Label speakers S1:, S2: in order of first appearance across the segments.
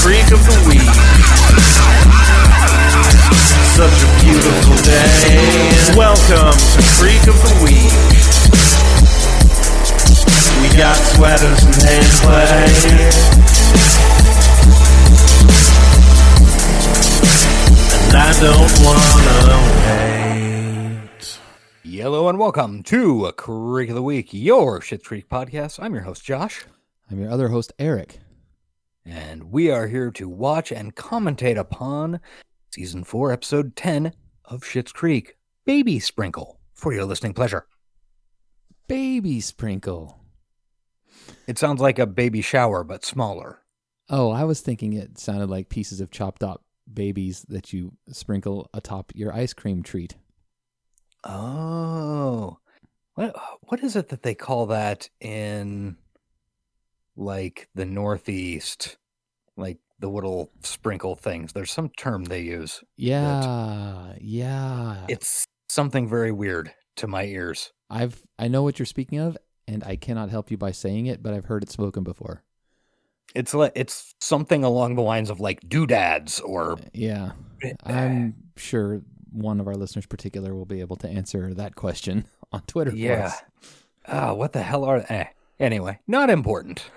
S1: freak of the week. Such a beautiful day. Welcome to Freak of the Week. We got sweaters and hand And I don't wanna wait.
S2: Yellow and welcome to a Creek of the Week, your Shit Creek podcast. I'm your host, Josh,
S3: I'm your other host, Eric.
S2: and we are here to watch and commentate upon season four, episode 10 of Shit's Creek, Baby Sprinkle, for your listening pleasure.
S3: Baby sprinkle.
S2: It sounds like a baby shower, but smaller.
S3: Oh, I was thinking it sounded like pieces of chopped up babies that you sprinkle atop your ice cream treat.
S2: Oh. What, what is it that they call that in like the Northeast? Like the little sprinkle things. There's some term they use.
S3: Yeah, yeah.
S2: It's something very weird to my ears.
S3: I've I know what you're speaking of, and I cannot help you by saying it, but I've heard it spoken before.
S2: It's like it's something along the lines of like doodads or eh,
S3: Yeah, I'm sure one of our listeners, particular, will be able to answer that question on Twitter. for
S2: Yeah.
S3: us.
S2: ah, what the hell are eh. anyway? Not important.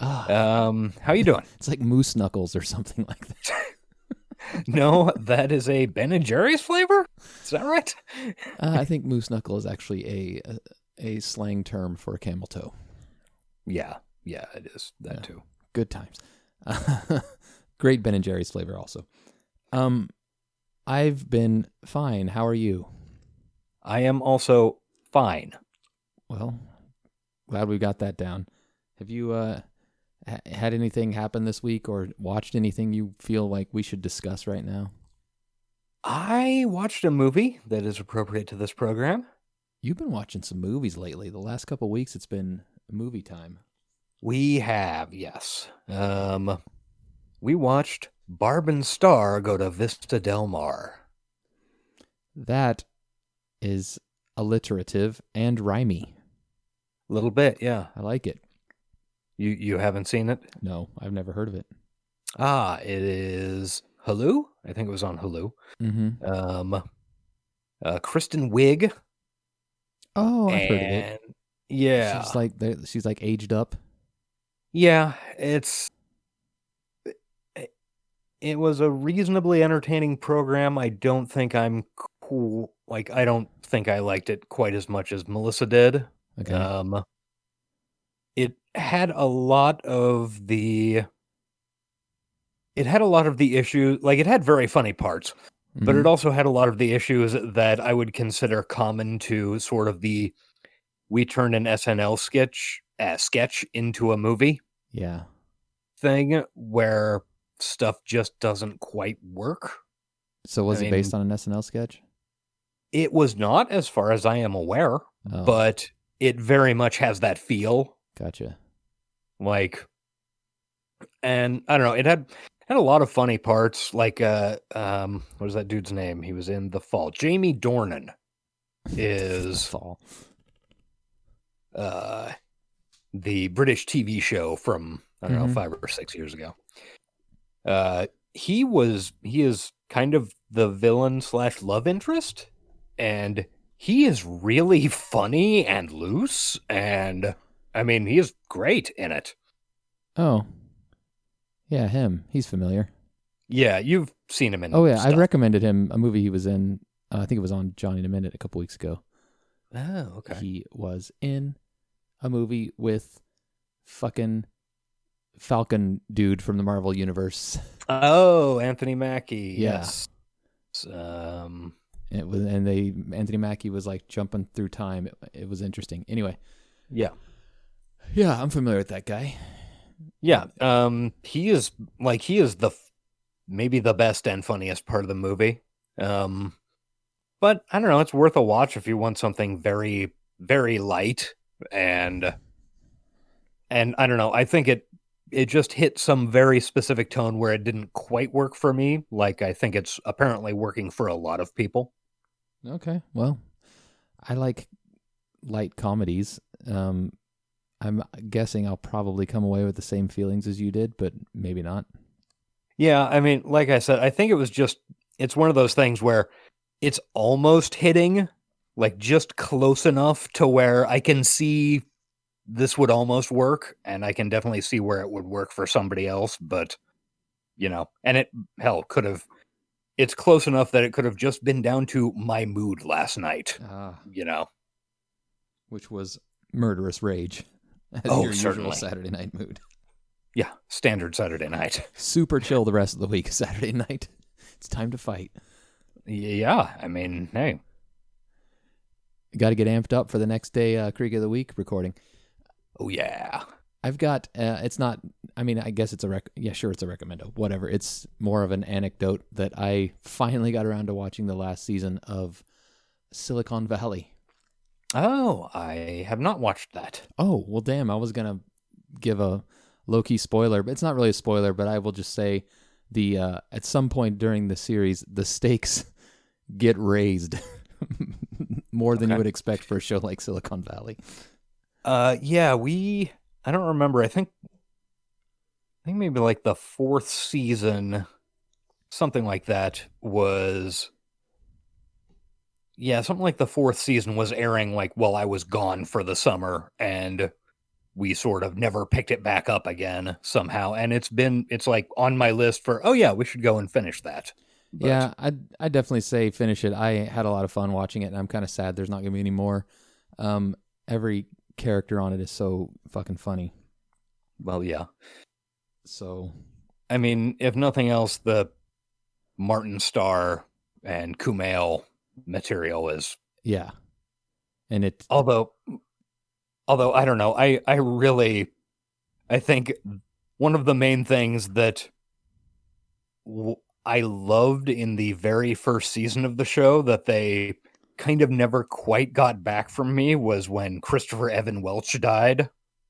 S3: Ah,
S2: Um, how you doing?
S3: it's like moose knuckles or something like that.
S2: no, that is a Ben and Jerry's flavor. Is that right?
S3: Uh, I think moose knuckle is actually a, a a slang term for camel toe.
S2: Yeah, yeah, it is that
S3: Yeah.
S2: too.
S3: Good times. Great Ben and Jerry's flavor also. Um, I've been fine. How are you?
S2: I am also fine.
S3: Well, glad we got that down. Have you uh ha- had anything happen this week or watched anything you feel like we should discuss right now?
S2: I watched a movie that is appropriate to this program.
S3: You've been watching some movies lately. The last couple weeks, it's been movie time.
S2: We have, yes. Um, we watched Barb and Star go to Vista Del Mar.
S3: That is alliterative and rhymey.
S2: A little bit, yeah.
S3: I like it.
S2: You you haven't seen it?
S3: No, I've never heard of it.
S2: Ah, it is Hulu. I think it was on Hulu.
S3: Mm-hmm.
S2: Um, uh, Kristen Wiig.
S3: Oh, I've
S2: and,
S3: heard of it.
S2: Yeah,
S3: She's like they're- she's like aged up.
S2: yeah. It's it- it was a reasonably entertaining program. I don't think I'm cool. Like I don't think I liked it quite as much as Melissa did.
S3: Okay.
S2: Um, it had a lot of the. It had a lot of the issues. Like it had very funny parts,
S3: Mm-hmm.
S2: but it also had a lot of the issues that I would consider common to sort of the we turned an SNL sketch uh, sketch into a movie
S3: yeah.
S2: thing where stuff just doesn't quite work.
S3: So was
S2: I
S3: it
S2: mean-
S3: based on an SNL sketch?
S2: It was not as far as I am aware,
S3: Oh,
S2: but it very much has that feel
S3: gotcha.
S2: like and i don't know it had had a lot of funny parts like uh um what was that dude's name he was in the fall jamie dornan is
S3: fall.
S2: uh the british tv show from i don't know
S3: Mhm.
S2: five or six years ago uh he was he is kind of the villain slash love interest and he is really funny and loose and i mean he is great in it
S3: Oh. Yeah, him. He's familiar.
S2: Yeah, you've seen him in.
S3: Oh yeah, I
S2: stuff.
S3: recommended him a movie he was in. Uh, I think it was on Johnny in a Minute a couple weeks ago.
S2: Oh, okay.
S3: He was in a movie with fucking Falcon dude from the Marvel universe.
S2: Oh, Anthony Mackie.
S3: Yeah.
S2: Yes. S- Um.
S3: And It was, and they Anthony Mackie was like jumping through time. It, it was interesting. Anyway,
S2: Yeah.
S3: yeah, I'm familiar with that guy.
S2: Yeah. Um. He is like he is the f- maybe the best and funniest part of the movie. Um. But I don't know. It's worth a watch if you want something very very light and and I don't know. I think it it just hit some very specific tone where it didn't quite work for me. Like I think it's apparently working for a lot of people.
S3: Okay. Well, I like light comedies. Um, I'm guessing I'll probably come away with the same feelings as you did, but maybe not.
S2: Yeah, I mean, like I said, I think it was just it's one of those things where it's almost hitting like just close enough to where I can see this would almost work and I can definitely see where it would work for somebody else, but you know, and it hell could have it's close enough that it could have just been down to my mood last night,
S3: Ah,
S2: you know.
S3: which was murderous rage. As
S2: Oh,
S3: your usual
S2: certainly.
S3: Saturday night mood.
S2: Yeah, standard Saturday night.
S3: Super chill the rest of the week, Saturday night. It's time to fight.
S2: Yeah, I mean, hey,
S3: Got to get amped up for the next day uh, Creek of the Week recording.
S2: oh yeah.
S3: I've got uh, it's not I mean I guess it's a rec- yeah sure it's a recommendo whatever it's more of an anecdote that I finally got around to watching the last season of Silicon Valley.
S2: Oh, I have not watched that.
S3: Oh, well damn, I was going to give a low key spoiler, but it's not really a spoiler, but I will just say the uh at some point during the series the stakes get raised more than you
S2: Okay.
S3: would expect for a show like Silicon Valley.
S2: Uh, yeah, we. I don't remember. I think. I think maybe like the fourth season, something like that was. Yeah, something like the fourth season was airing like while I was gone for the summer, and we sort of never picked it back up again somehow. And it's been it's like on my list for oh yeah, we should go and finish that. But-
S3: Yeah, I I definitely say finish it. I had a lot of fun watching it, and I'm kind of sad there's not gonna be any more. Um, every character on it is so fucking funny.
S2: Well, yeah.
S3: So
S2: I mean, if nothing else, the Martin Starr and Kumail material is
S3: yeah, and it
S2: although although i don't know i i really i think one of the main things that w- i loved in the very first season of the show that they kind of never quite got back from me was when christopher evan welch died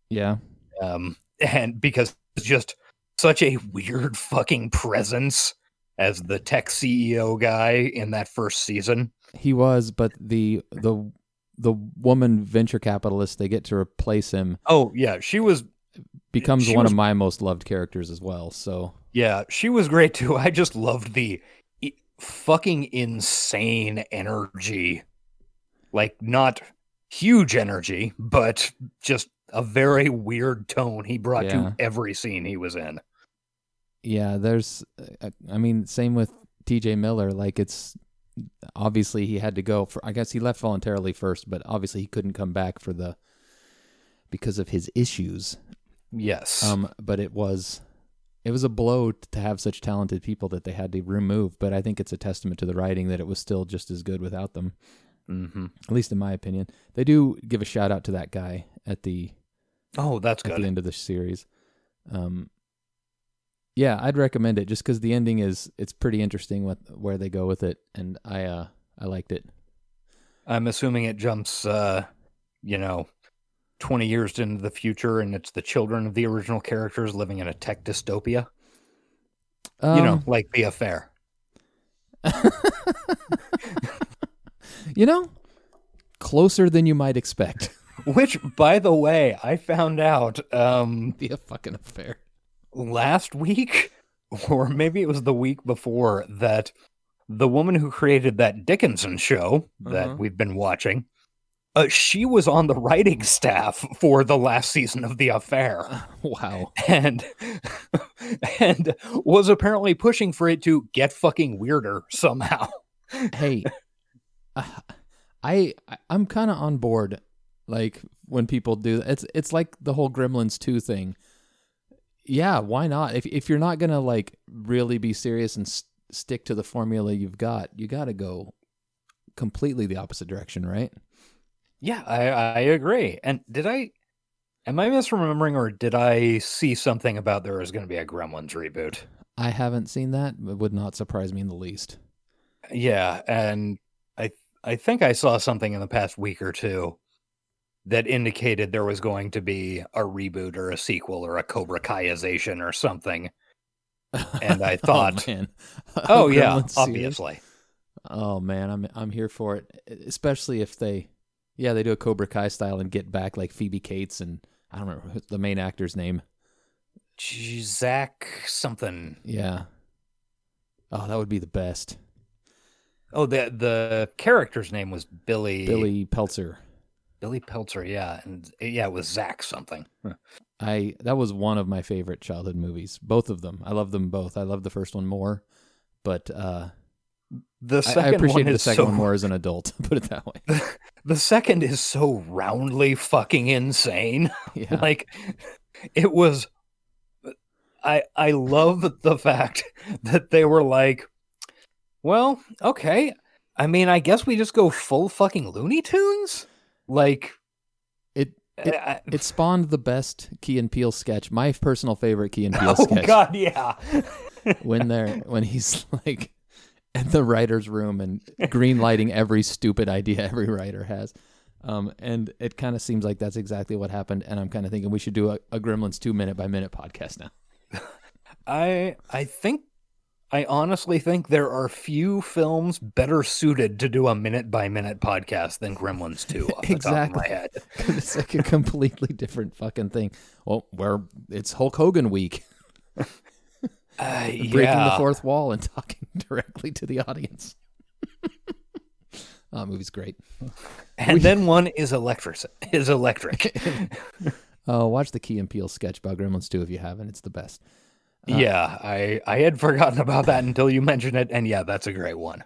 S3: yeah
S2: um and because it's just such a weird fucking presence as the tech ceo guy in that first season
S3: he was, but the the the woman venture capitalist they get to replace him
S2: oh yeah she was
S3: becomes
S2: She
S3: one
S2: was-
S3: of my most loved characters as well. So
S2: Yeah, she was great too. I just loved the i- fucking insane energy. Like, not huge energy, but just a very weird tone he brought
S3: Yeah.
S2: to every scene he was in.
S3: yeah, there's uh, I mean same with T.J. Miller. Like it's obviously he had to go for. I guess he left voluntarily first, but obviously he couldn't come back for the because of his issues.
S2: Yes.
S3: Um, but it was it was a blow t- to have such talented people that they had to remove. But I think it's a testament to the writing that it was still just as good without them.
S2: mhm.
S3: At least in my opinion, they do give a shout out to that guy at the
S2: Oh, that's
S3: at the
S2: good.
S3: end of the series. Um, yeah, I'd recommend it just because the ending is it's pretty interesting with where they go with it, and I uh I liked it.
S2: I'm assuming it jumps, uh, you know, 20 years into the future and it's the children of the original characters living in a tech dystopia.
S3: Um,
S2: you know, like The Affair.
S3: you know, closer than you might expect.
S2: Which, by the way, I found out um,
S3: be a fucking affair.
S2: last week or maybe it was the week before that the woman who created that Dickinson show
S3: Uh-huh.
S2: that we've been watching uh, she was on the writing staff for the last season of the affair
S3: Wow.
S2: and and was apparently pushing for it to get fucking weirder somehow
S3: hey uh, i I- i'm kind of on board like when people do it's it's like the whole gremlins 2 thing yeah why not if if you're not gonna like really be serious and s stick to the formula you've got you gotta go completely the opposite direction right
S2: yeah i i agree and did i am i misremembering or did i see something about there was going to be a gremlins reboot
S3: i haven't seen that but would not surprise me in the least
S2: Yeah, and I I think I saw something in the past week or two that indicated there was going to be a reboot or a sequel or a Cobra Kaiization or something. And I thought-
S3: oh, man.
S2: Oh yeah,
S3: Gremlins series?
S2: obviously.
S3: Oh man, I'm I'm here E, for it. Especially if they, yeah, they do a Cobra Kai style and get back like Phoebe Cates and I don't remember the main actor's name.
S2: G- Zach something.
S3: Yeah. Oh, that would be the best.
S2: Oh, the the character's name was Billy.
S3: Billy Peltzer.
S2: Billy Peltzer. Yeah, and yeah, it was Zach something.
S3: I that was one of my favorite childhood movies. Both of them. I love them both. I love the first one more, but uh,
S2: The
S3: I-
S2: second
S3: I appreciated
S2: one
S3: the
S2: is
S3: second
S2: so
S3: one more as an adult. Put it that way.
S2: the second is so roundly fucking insane.
S3: Yeah.
S2: like it was i i love the fact that they were like well okay i mean i guess we just go full fucking looney tunes like
S3: it
S2: I-
S3: it spawned the best Key and Peele sketch. My personal favorite Key and Peele
S2: oh
S3: sketch.
S2: god yeah
S3: when they're when he's like at the writer's room and green lighting every stupid idea every writer has. Um, and it kind of seems like that's exactly what happened. And I'm kind of thinking we should do a, a Gremlins two minute by minute podcast now.
S2: i i think i honestly think there are few films better suited to do a minute by minute podcast than gremlins 2 off the top of my
S3: Exactly.
S2: head
S3: 'Cause it's like a completely different fucking thing. Well, where it's Hulk Hogan week,
S2: Uh,
S3: breaking the
S2: yeah.
S3: fourth wall and talking directly to the audience. oh, that movie's great.
S2: and then one is electric is electric
S3: Uh, watch the Key and Peele sketch about Gremlins 2 if you haven't. It's the best.
S2: yeah, I I had forgotten about that until you mentioned it, and yeah, that's a great one.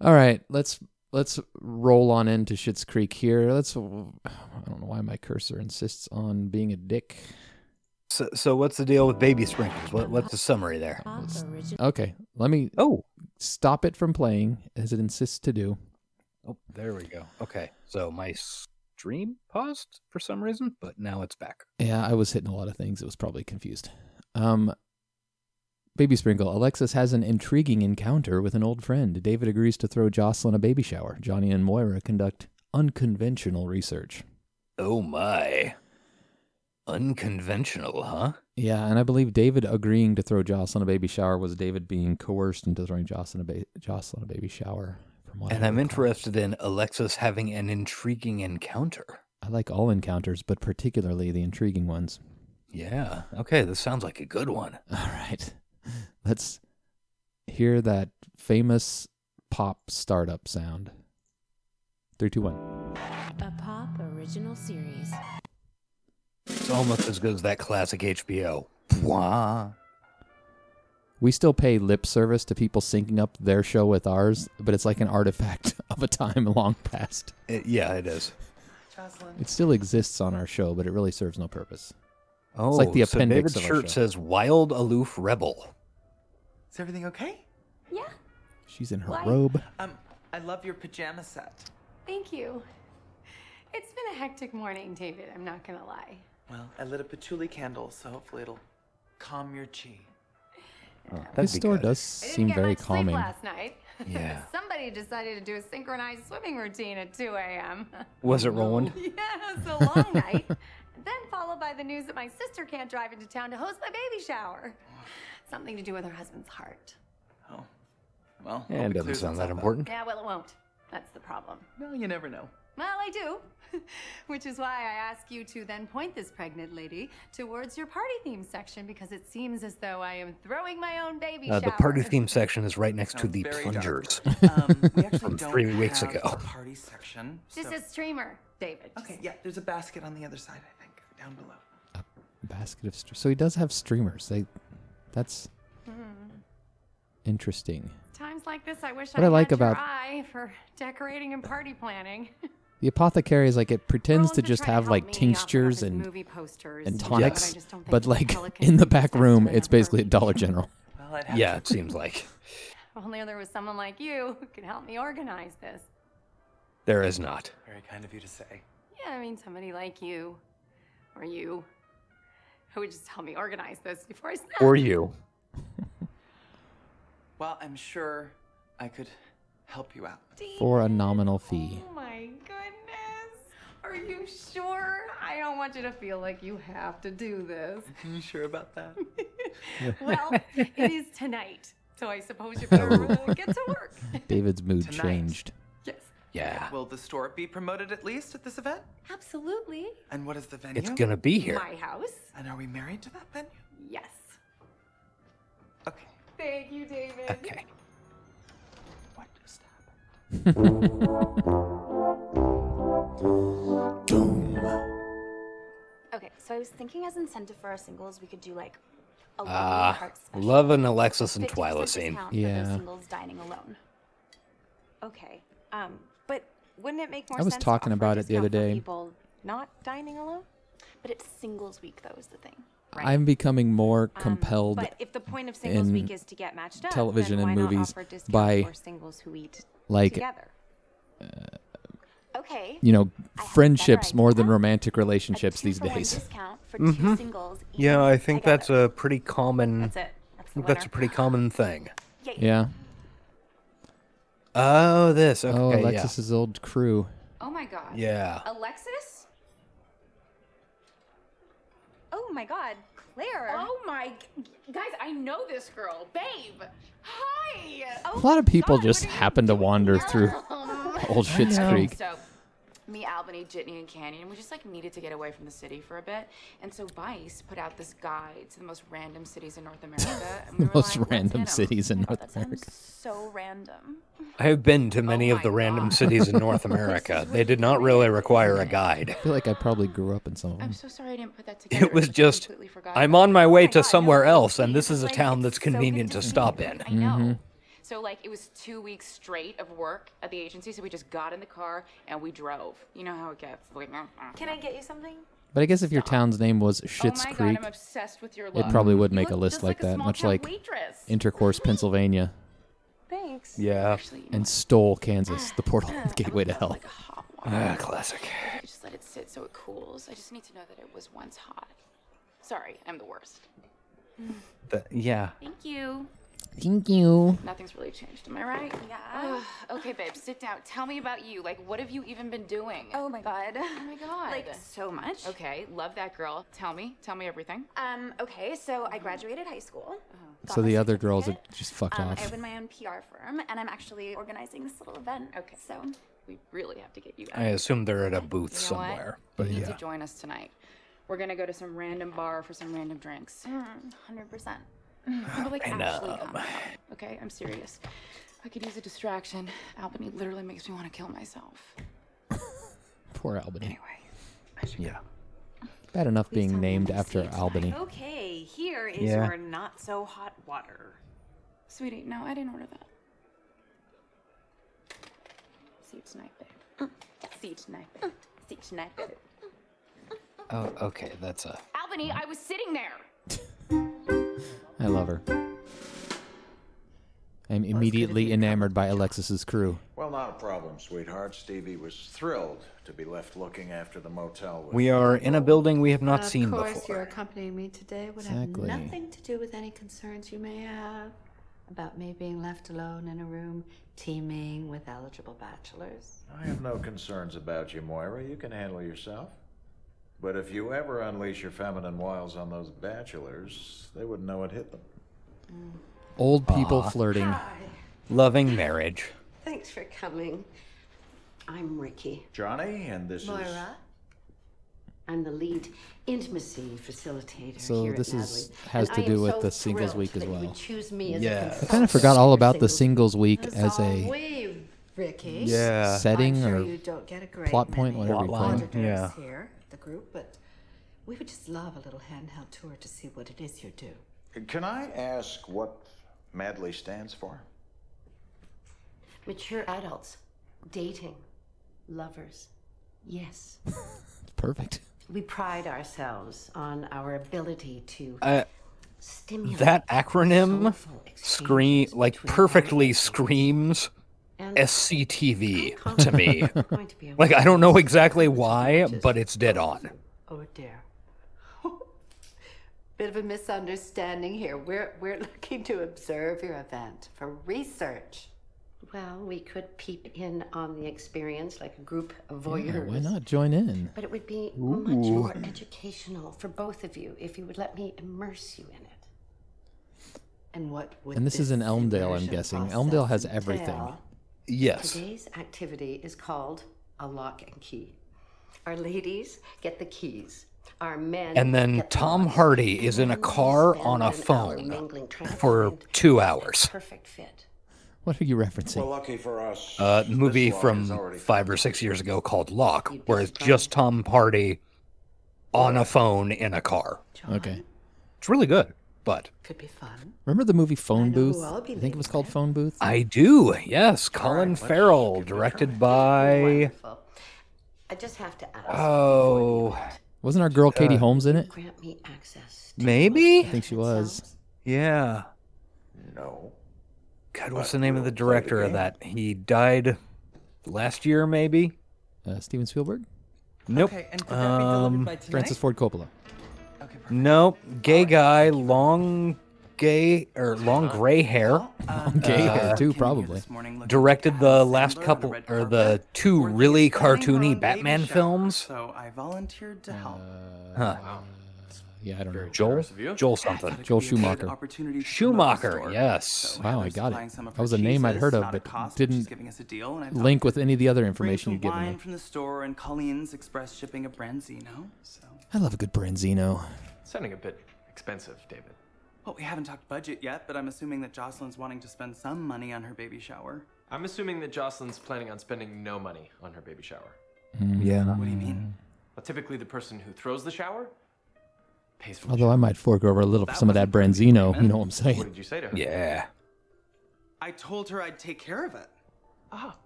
S3: All right, let's let's roll on into Shit's Creek here. Let's. I don't know why my cursor insists on being a dick.
S2: So, so what's the deal with baby sprinkles? What, what's the summary there?
S3: Okay, let me
S2: Oh,
S3: stop it from playing as it insists to do.
S2: oh, there we go. Okay, so my stream paused for some reason, but now it's back.
S3: Yeah, I was hitting a lot of things. It was probably confused. Um, baby Sprinkle. Alexis has an intriguing encounter with an old friend. David agrees to throw Jocelyn a baby shower. Johnny and Moira conduct unconventional research.
S2: Oh my, unconventional, huh?
S3: Yeah, and I believe David agreeing to throw Jocelyn a baby shower was David being coerced into throwing Jocelyn a, ba- Jocelyn a baby shower. From what
S2: And
S3: I
S2: I'm
S3: recall.
S2: interested in Alexis having an intriguing encounter.
S3: I like all encounters, but particularly the intriguing ones.
S2: Yeah. Okay, this sounds like a good one.
S3: All right, let's hear that famous pop startup sound. Three, two, one.
S4: A pop original series.
S2: It's almost as good as that classic HBO. Bwah.
S3: We still pay lip service to people syncing up their show with ours, but it's like an artifact of a time long past.
S2: It- Eh, yeah, it is.
S3: It still exists on our show, but it really serves no purpose.
S2: Oh,
S3: like the
S2: so
S3: appendix
S2: David's
S3: of our
S2: shirt
S3: show.
S2: says "Wild Aloof Rebel."
S5: Is everything okay?
S6: Yeah,
S3: She's in her
S6: Why-
S3: robe.
S5: Um, I love your pajama set.
S6: thank you. It's been a hectic morning, David, I'm not gonna lie.
S5: Well, I lit a patchouli candle, so hopefully it'll calm your chi.
S3: His Oh, store does
S6: I didn't
S3: seem
S6: get
S3: very
S6: much
S3: calming.
S6: sleep last night.
S2: Yeah.
S6: Somebody decided to do a synchronized swimming routine at 2 a.m.
S2: Was it Roland?
S6: yeah, it was a long night. Then followed by the news that my sister can't drive into town to host my baby shower. Something to do with her husband's heart.
S5: Oh, well.
S2: Yeah,
S5: hope
S2: it doesn't
S5: clears
S2: sound that
S5: itself up.
S2: important.
S6: Yeah, well, it won't. That's the problem.
S5: No, you never know.
S6: Well, I do. Which is why I ask you to then point this pregnant lady towards your party theme section because it seems as though I am throwing my own baby
S2: Uh,
S6: shower.
S2: the party theme section is right next to
S5: Sounds
S2: the
S5: very
S2: plungers.
S5: Dark. Um, we actually
S2: From
S5: don't
S2: three weeks
S5: have
S2: ago.
S5: a party section.
S6: Just
S5: so-
S6: a streamer, David.
S5: Okay, yeah, there's a basket on the other side, I think, down below.
S3: basket of str- so he does have streamers. They that's interesting.
S6: Times like this, I wish
S3: What
S6: I,
S3: I like
S6: had
S3: about-
S6: your eye for decorating and party planning.
S3: The apothecary is like it pretends
S6: Roland's
S3: to
S6: been
S3: just
S6: trying
S3: have
S6: help
S3: like
S6: me off of
S3: tinctures
S6: his
S3: and
S6: movie posters,
S3: and
S6: but I
S3: tonics,
S6: just don't think
S3: but
S6: the
S3: like
S6: Pelican
S3: in the
S6: can
S3: back
S6: fast
S3: room,
S6: enough
S3: it's
S6: for
S3: basically a
S6: me.
S3: Dollar General.
S5: Well, I'd have
S2: yeah, it
S5: to.
S2: seems like
S6: If only there was someone like you who could help me organize this.
S2: there is not.
S5: Very kind of you to say.
S6: Yeah, I mean, somebody like you, or you, who would just help me organize this before I snap.
S2: Or you?
S5: Well, I'm sure I could help you out.
S3: For a nominal fee.
S6: Oh my goodness. Are you sure? I don't want you to feel like you have to do this.
S5: Are you sure about that?
S6: Well, it is
S3: Oh.
S6: tonight, so I suppose you better uh, get to work.
S3: David's mood
S5: Tonight.
S3: changed.
S6: Yes.
S2: Yeah.
S5: Will the store be promoted at least at this event?
S6: Absolutely.
S5: And what is the venue?
S2: It's going to be here.
S6: My house?
S5: And are we married to that venue?
S6: Yes.
S5: Okay.
S6: Thank you, David.
S2: Okay.
S5: What just happened?
S7: Okay, so I was thinking as incentive for our singles, we could do like a lovely
S2: Ah,
S7: heart special.
S2: love an Alexis and
S7: 50%
S2: Twyla scene.
S7: discount For
S3: Yeah.
S7: those singles dining alone.
S8: Okay. Um, but wouldn't it make more
S3: I was
S8: sense? to
S3: talking
S8: offer a
S3: about it the other
S8: discount for
S3: day.
S8: People not dining alone.
S7: But it's singles week though is the thing.
S3: I'm becoming more
S8: Um,
S3: compelled.
S8: But if the point of singles
S3: in
S8: week is to get matched up,
S3: television
S8: then
S3: and
S8: why not
S3: movies
S8: offer a discount
S3: by,
S8: for singles who eat
S3: like-
S8: together.
S7: Okay.
S3: you know,
S7: I have a
S3: friendships
S7: better
S3: more than
S7: idea.
S3: romantic
S7: A
S3: relationships
S7: two
S3: these
S7: for one
S3: days.
S7: Discount for two
S2: Mhm.
S7: singles. each
S2: Yeah, I think that's
S7: together.
S2: a pretty common.
S8: That's it. That's
S2: I
S8: the
S2: think that's a
S8: winner.
S2: pretty common thing.
S3: Yeah.
S2: Oh, this. Okay,
S3: Oh,
S2: yeah.
S3: Alexis's old crew.
S6: Oh my god.
S2: Yeah.
S6: Alexis?
S8: Oh my God, Claire.
S6: Oh my g- guys, I know this girl. Babe. Hi.
S3: A
S6: Oh,
S3: lot of people
S6: God,
S3: just
S6: what are you
S3: happen to wander through
S6: Um,
S3: old Shit's Creek.
S9: So, me, Albany, Jitney, and Canyon, we just like needed to get away from the city for a bit, and so Vice put out this guide to the most random cities in North America. And we were
S3: Most
S9: like, "Let's
S3: random
S9: hit 'em."
S3: cities in North
S7: That sounds
S3: America.
S7: so random.
S2: I have been to many of
S9: Oh my
S2: the random
S9: God.
S2: cities in North America. They did not really require a guide.
S3: I feel like I probably grew up in some of them.
S9: I'm so sorry I didn't put that together.
S2: It was
S9: I
S2: just,
S9: completely forgot
S2: I'm
S9: about
S2: on
S9: it."
S2: my way
S9: Oh
S2: to
S9: God, no,
S2: somewhere
S9: it's
S2: else,
S9: crazy.
S2: and this
S9: It's
S2: is a
S9: like,
S2: town
S9: it's
S2: that's
S9: so good
S2: convenient to
S9: see
S2: stop
S9: you.
S2: in.
S3: Mm-hmm.
S9: I know. So like it was two weeks straight of work at the agency, so we just got in the car and we drove. You know how it gets. Like, mm, mm.
S8: Can I get you something?
S3: But I guess if your town's name was
S9: oh
S3: Shit's
S9: my
S3: Creek,
S9: god, I'm obsessed with your look.
S3: it probably would
S9: You
S3: make a
S9: look
S3: list
S9: just
S3: like,
S9: a
S3: that, much
S9: small-town
S3: like
S9: waitress.
S3: Intercourse, Pennsylvania,
S8: Thanks.
S2: Yeah.
S9: Actually, you know
S3: and Stole, Kansas, the portal
S9: Oh
S3: gateway to
S9: what?
S3: hell.
S9: Like a hot water.
S2: Ah, classic.
S9: I could just let it sit so it cools. I just need to know that it was once hot. Sorry, I'm the worst.
S2: The- yeah.
S8: Thank you.
S3: Thank you.
S9: Nothing's really changed. Am I right?
S8: Yeah.
S9: okay, babe, sit down. Tell me about you. Like, what have you even been doing?
S8: Oh my god.
S9: Oh my god.
S8: Like so much.
S9: okay, love that girl. Tell me. Tell me everything.
S8: Um, okay, so I graduated high school. got
S3: So
S8: my
S3: the other girls
S8: certificate.
S3: are just fucked
S8: Um, I
S3: off.
S8: opened my own PR firm, and I'm actually organizing this little event.
S9: Okay.
S8: So
S9: We really have to get you. Out.
S2: I assume they're at a booth
S9: You know what?
S2: somewhere.
S9: you need to join us tonight. We're gonna go to some random bar for some random drinks. Mm.
S8: 100%.
S9: But, like, actually come. Okay, I'm serious. I could use a distraction. Albany literally makes me want to kill myself.
S3: Poor Albany.
S9: Anyway.
S2: Yeah.
S3: Bad enough being named after Albany.
S5: Okay, here is
S2: Yeah.
S5: your not so hot water.
S9: Sweetie, no, I didn't order that. See you tonight, babe. See you tonight, babe. See you tonight, babe.
S2: Oh, okay. That's a.
S9: Albany, I was sitting there.
S3: I love her. I'm immediately enamored by Alexis's crew.
S10: Well, not a problem, sweetheart. Stevie was thrilled to be left looking after the motel. With
S2: We are in a building we have not
S6: Of
S2: seen
S6: course, you're
S2: before.
S6: accompanying me today would
S3: Exactly.
S6: have nothing to do with any concerns you may have about me being left alone in a room teeming with eligible bachelors.
S10: I have no concerns about you, Moira. You can handle yourself. But if you ever unleash your feminine wiles on those bachelors, they wouldn't know what hit them.
S3: Old people
S2: Ah.
S3: flirting.
S2: Loving marriage.
S11: Thanks for coming. I'm Ricky.
S10: Johnny, and this is.
S11: Moira? I'm the lead intimacy facilitator.
S3: So
S11: here at
S3: this is-
S11: Natalie,
S3: has
S11: and
S3: to
S11: I
S3: do
S11: am
S3: with
S11: so
S3: the singles
S11: thrilled
S3: week as
S11: that you
S3: well.
S11: would choose me as
S2: Yeah. I
S11: a
S2: kinda
S3: I kind of forgot all about the singles week as a
S11: wave, Ricky.
S2: Yeah.
S3: setting
S11: I'm sure
S3: or
S11: you don't get a great
S3: plot point,
S11: many
S3: whatever
S2: you call it.
S11: auditors
S2: Yeah.
S11: here, the group, but we would just love a little handheld tour to see what it is you do.
S10: Can I ask what Madly stands for?
S11: Mature adults, dating, lovers. Yes.
S3: perfect.
S11: We pride ourselves on our ability to
S2: Uh,
S11: stimulate
S2: that acronym
S11: soulful exchanges
S2: scream like
S11: between
S2: perfectly
S11: individuals.
S2: screams
S11: And
S2: SCTV
S11: I'm
S2: to me.
S11: going to be a
S2: Like I don't know exactly why,
S11: Just-
S2: but it's dead on.
S11: Oh dear. Bit of a misunderstanding here. We're we're looking to observe your event for research. Well, we could peep in on the experience like a group of voyeurs.
S3: Yeah, why not join in?
S11: But it would be much more educational for both of you if you would let me immerse you in it. And what would
S3: And this is in Elmdale, I'm
S11: immersion
S3: guessing.
S11: process
S3: Elmdale has everything.
S11: entail?
S2: Yes.
S11: Today's activity is called a lock and key. Our ladies get the keys. Our men
S2: And then
S11: get the
S2: Tom
S11: locks.
S2: Hardy is in a car on a phone for two hours.
S11: Perfect fit.
S3: What are you referencing?
S10: Well, lucky for us.
S2: A Uh, movie
S10: this lock is
S2: from
S10: already
S2: five or six years ago called Lock, where it's just Tom Hardy on a phone in a car.
S3: Okay.
S2: It's really good, but
S11: Could be fun.
S3: Remember the movie Phone
S11: know who
S3: Booth?
S11: I'll
S3: I
S11: be
S3: think it was called Phone Booth.
S2: I do. Yes, Colin Farrell, directed by
S11: I just have to ask.
S2: oh,
S3: wasn't our girl Katie
S2: Uh,
S3: Holmes in it?
S11: Grant me access.
S2: maybe.
S3: I think she was.
S2: Yeah.
S10: No.
S2: God, what's the name of the director of that? He died last year, maybe.
S3: Uh, Steven Spielberg.
S2: Nope.
S5: Okay, and could that be delivered
S2: Um,
S5: by tonight?
S3: Francis Ford Coppola.
S2: nope. Gay guy, long gay or long gray
S5: Uh,
S2: hair.
S12: Oh,
S3: Long gay hair, too, probably.
S2: Directed the last couple or the two really cartoony Batman films.
S5: So I volunteered to help.
S2: Huh.
S3: Yeah, I don't know.
S2: Joel. Joel something.
S3: Uh, Joel Schumacher.
S2: Schumacher. Yes.
S3: Wow, I got it.
S5: some of
S3: That
S5: her
S3: was a name I'd
S5: cheeses,
S3: heard of,
S5: not a
S3: but
S5: cost, but she's
S3: didn't
S5: giving us a deal, and I thought
S3: link with any of the other
S5: Bring
S3: information
S5: some
S3: you've given
S5: wine
S3: me.
S5: from the store and Colleen's Express shipping of Branzino. So,
S3: I love a good branzino.
S12: Sounding a bit expensive, David.
S5: well, we haven't talked budget yet, but I'm assuming that Jocelyn's wanting to spend some money on her baby shower.
S12: I'm assuming that Jocelyn's planning on spending no money on her baby shower.
S3: Mm.
S2: Yeah.
S5: What do you mean?
S3: Hmm.
S12: Well, typically, the person who throws the shower pays for the
S3: Although I might fork over a little for some of that branzino. You know what I'm
S12: What
S3: saying?
S12: did you say to her?
S2: Yeah.
S5: I told her I'd take care of it.
S12: Oh.
S5: Ah.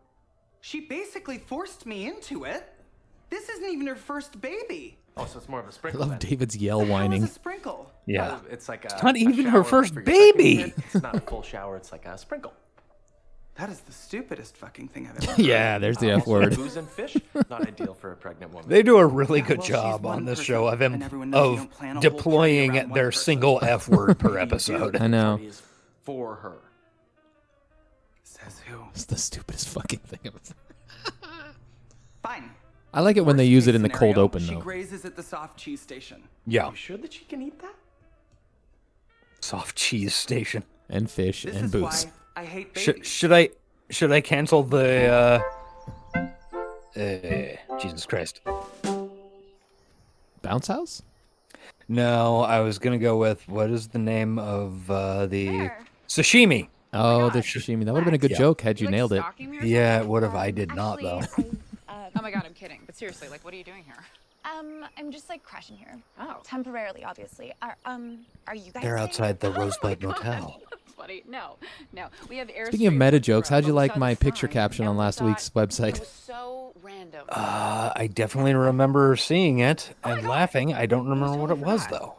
S5: She basically forced me into it. This isn't even her first baby.
S12: Oh, so it's more of a
S3: I
S12: sprinkle.
S3: love
S12: then.
S3: David's yell whining.
S5: Sprinkle.
S2: Yeah.
S12: Oh, It's like a,
S2: It's not
S12: a
S2: even her
S12: shower
S2: first
S12: for your second
S2: baby.
S12: kid. It's not a full shower. It's like a sprinkle.
S5: That is the stupidest fucking thing I've ever heard.
S3: yeah, there's the F
S12: Also,
S3: word.
S12: Booze and fish, not ideal for a pregnant woman.
S2: They do a really good
S5: well, she's
S2: job
S5: one
S2: on this
S5: person,
S2: show of
S5: and
S2: em-
S5: everyone knows you
S2: of
S5: don't plan a whole party
S2: deploying
S5: around one
S2: their
S5: person.
S2: single F word per episode.
S3: I know.
S12: Is for her.
S5: Says who?
S3: It's the stupidest fucking thing. I've-
S5: Fine.
S3: I like it when they
S5: Worst
S3: use
S5: case
S3: it in the cold
S5: scenario,
S3: open,
S5: She
S3: though.
S5: grazes at the soft cheese station.
S2: Yeah.
S12: You sure that she can eat that?
S2: Soft cheese station.
S3: And fish
S5: This
S3: and
S5: is
S3: booze.
S5: why I hate babies.
S2: Should, should I should I cancel the uh, uh Jesus Christ.
S3: Bounce house?
S2: No, I was gonna go with what is the name of uh, the sashimi.
S3: Oh, the sashimi. That would have been a good
S2: Yeah.
S3: joke had you nailed it.
S2: Yeah, what if I did not though?
S9: oh my god, I'm kidding. But seriously, like, what are you doing here?
S7: Um, I'm just like crashing here. Oh. Temporarily, obviously. Are um, are you guys? Oh
S2: They're
S7: staying?
S2: outside the Rosebud Motel.
S9: That's funny. No, no. We have air.
S3: Speaking of meta jokes, how'd you like my picture caption on last week's website? Ah.
S9: So random.
S2: Uh, I definitely remember seeing it
S9: Oh
S2: and laughing. I don't remember what it was though.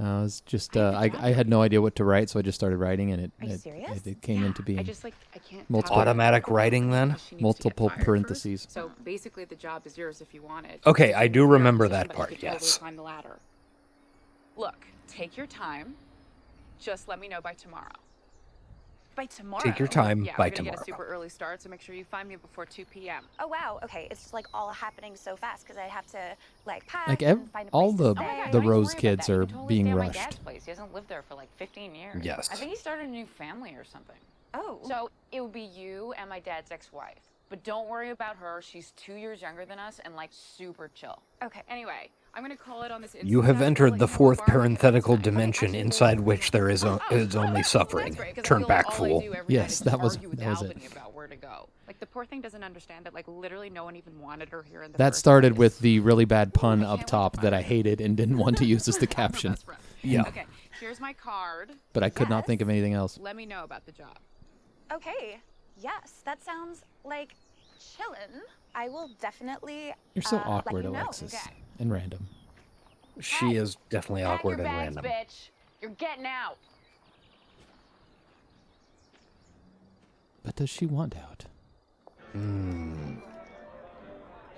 S3: Uh, I was just, uh, I, I had no idea what to write, so I just started writing, and it it, it, it came into being
S9: I just like I can't.
S3: multiple
S2: Automatic writing then?
S3: multiple parentheses.
S9: So basically, the job is yours if you want it.
S2: Okay, I do remember that
S9: But you
S2: part.
S9: could totally
S2: Yes.
S9: climb the ladder. Look, take your time. Just let me know by tomorrow.
S7: By tomorrow.
S2: Take your time
S9: yeah,
S2: by
S9: we're gonna
S2: tomorrow.
S9: Get a super early start, so make sure you find me before 2 p.m.
S7: Oh wow. Okay, it's just like all happening so fast because I have to like pack.
S3: Like
S7: and
S3: ev-
S7: find a
S3: all
S7: place to
S3: the
S7: stay.
S9: Oh
S3: the Rose kids are being rushed.
S9: place. He hasn't lived there for like 15 years.
S3: Yes.
S9: I think he started a new family or something.
S7: Oh.
S9: So it would be you and my dad's ex-wife. But don't worry about her. She's two years younger than us and like super chill. Okay. Anyway, I'm gonna call it on this.
S2: You have entered the fourth parenthetical dimension inside which there is, o- is only suffering. Turn back, fool.
S3: Yes, that was that was it.
S9: Albany about where to go. Like the poor thing doesn't understand that like literally no one even wanted her here in the
S3: That
S9: first
S3: started with the really bad pun up top that I hated and didn't want to use as the caption.
S9: Yeah. Okay, here's my card.
S3: But I could not think of anything else.
S9: Let me know about the job.
S7: Okay. Yes, that sounds like chillin'. I will definitely.
S3: You're so
S7: uh, let
S3: awkward,
S7: you know.
S3: Alexis, and random.
S2: She is definitely awkward
S9: Your bags,
S2: and random.
S9: bitch. You're getting out.
S3: But does she want out?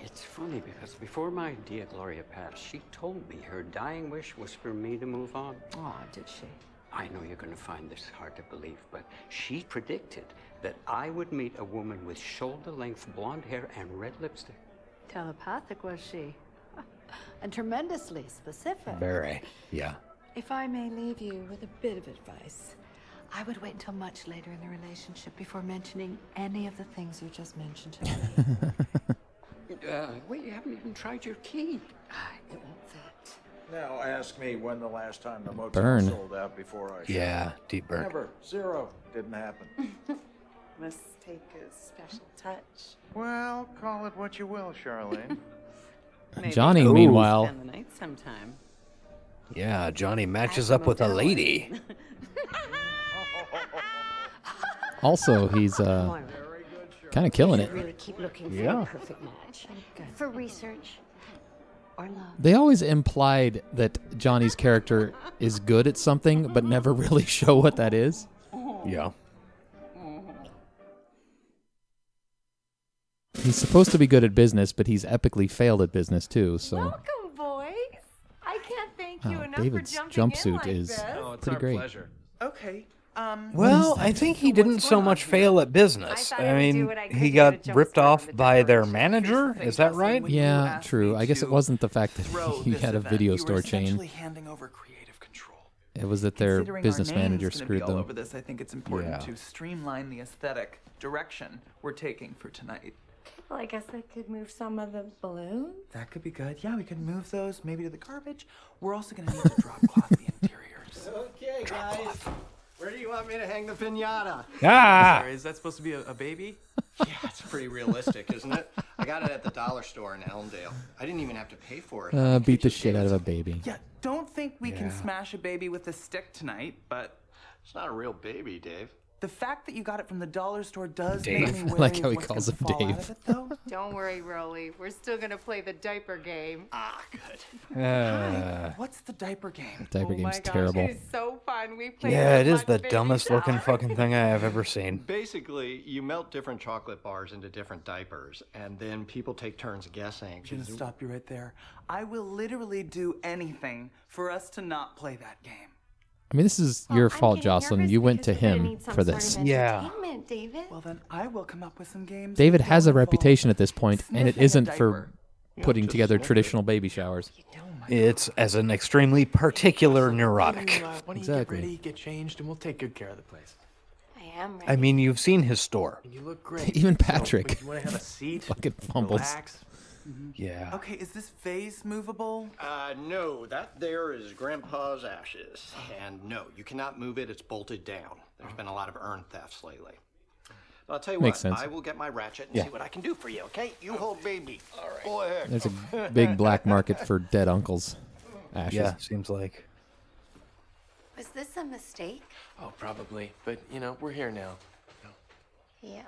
S13: It's funny because before my dear Gloria passed, she told me her dying wish was for me to move on.
S11: Oh, did she?
S13: I know you're going to find this hard to believe, but she predicted that I would meet a woman with shoulder length blonde hair and red lipstick.
S11: Telepathic was she? and tremendously specific.
S2: Very. Yeah.
S11: If I may leave you with a bit of advice,
S14: I would wait until much later in the relationship before mentioning any of the things you just mentioned to me.
S13: Uh, wait, you haven't even tried your key.
S14: Ah,
S10: Now ask me when the last time the motel
S2: Burn.
S10: sold out before I. showed
S2: Yeah,
S10: up.
S2: deep burn.
S10: Never, zero, didn't happen.
S14: Must take a special touch.
S10: well, call it what you will, Charlene.
S14: Maybe
S3: Johnny,
S14: we'll
S3: meanwhile-
S14: spend the night sometime.
S2: Yeah, Johnny matches
S14: At
S2: up
S14: the
S2: with a
S14: motel.
S2: lady.
S3: Also, he's uh, kind of killing it.
S11: Really keep looking for
S3: Yeah.
S11: a perfect match for research or love.
S3: They always implied that Johnny's character is good at something, but never really show what that is.
S2: Yeah.
S3: He's supposed to be good at business, but he's epically failed at business too. So
S6: Welcome, boys. I can't thank you
S3: Wow,
S6: enough
S3: David's
S6: for jumping in
S3: jumpsuit
S6: like
S3: is
S6: this.
S12: No, it's
S3: pretty
S12: our
S3: great.
S12: pleasure.
S5: Okay. Um.
S2: Well, I think he didn't so much fail at business. I, mean, he got ripped off by their manager. Is that right?
S3: Yeah, true. I guess it wasn't the fact that he had a video store chain. It was that their
S5: Considering
S3: business
S5: our name's
S3: manager
S5: gonna
S3: screwed
S5: be all
S3: them.
S5: over this, I think it's important
S3: Yeah.
S5: to streamline the aesthetic direction we're taking for tonight.
S6: Well, I guess I could move some of the balloons.
S5: That could be good. Yeah, we could move those maybe to the garbage. We're also gonna need to drop cloth the interiors.
S15: Okay, guys. Where do you want me to hang the pinata?
S2: Ah!
S12: Sorry, is that supposed to be a, a baby?
S15: yeah, it's pretty realistic, isn't it? I got it at the dollar store in Elmdale. I didn't even have to pay for it.
S3: Uh, beat the shit out of a baby.
S5: Yeah, don't think we can
S3: Yeah.
S5: smash a baby with a stick tonight, but
S15: It's not a real baby, Dave.
S5: the fact that you got it from the dollar store does
S3: Dave.
S5: make
S3: I
S5: me wary
S3: like
S5: of
S3: how he
S5: what's
S3: calls
S5: gonna
S3: him
S5: fall out
S3: Dave.
S5: of it, though.
S6: Don't worry, Rolly. We're still gonna play the diaper game.
S15: Ah, good.
S2: Uh,
S5: What's the diaper game?
S2: The diaper
S6: oh my
S2: game's
S6: gosh,
S2: terrible.
S6: It is so fun. We play.
S2: yeah, it is
S6: fun
S2: the
S6: baby
S2: dumbest
S6: dolls.
S2: looking fucking thing I have ever seen.
S15: Basically, you melt different chocolate bars into different diapers, and then people take turns guessing.
S5: I'm gonna stop you right there. I will literally do anything for us to not play that game.
S3: I mean, this is your
S6: Oh,
S3: fault, Jocelyn. You went to him for this.
S5: David. Well, then I will come up with some games.
S3: David
S5: that
S3: has a
S5: don't involve-
S3: reputation at this point, and it
S5: sniffing a
S3: isn't for
S5: diaper.
S3: putting together traditional baby showers.
S2: It's as an extremely particular neurotic.
S12: You, uh, why don't
S3: Exactly.
S12: you get ready, get changed, and we'll take good care of the place.
S9: I am
S2: I mean, you've seen his store.
S12: You look great.
S2: Even
S12: So,
S2: Patrick.
S12: if you want to have a seat?
S2: Fucking fumbles.
S12: Relax.
S2: Yeah.
S5: Okay, is this vase movable?
S15: Uh, no, that there is Grandpa's ashes. And no, you cannot move it. It's bolted down. There's been a lot of urn thefts lately. But I'll tell you
S3: Makes
S15: what,
S3: sense.
S15: I will get my ratchet and
S3: Yeah.
S15: see what I can do for you, okay? You hold baby. All right. Go ahead.
S3: There's a big black market for dead uncles. Ashes.
S2: Yeah, seems like.
S14: Was this a mistake?
S12: Oh, probably. But you know, we're here now.
S14: Yeah.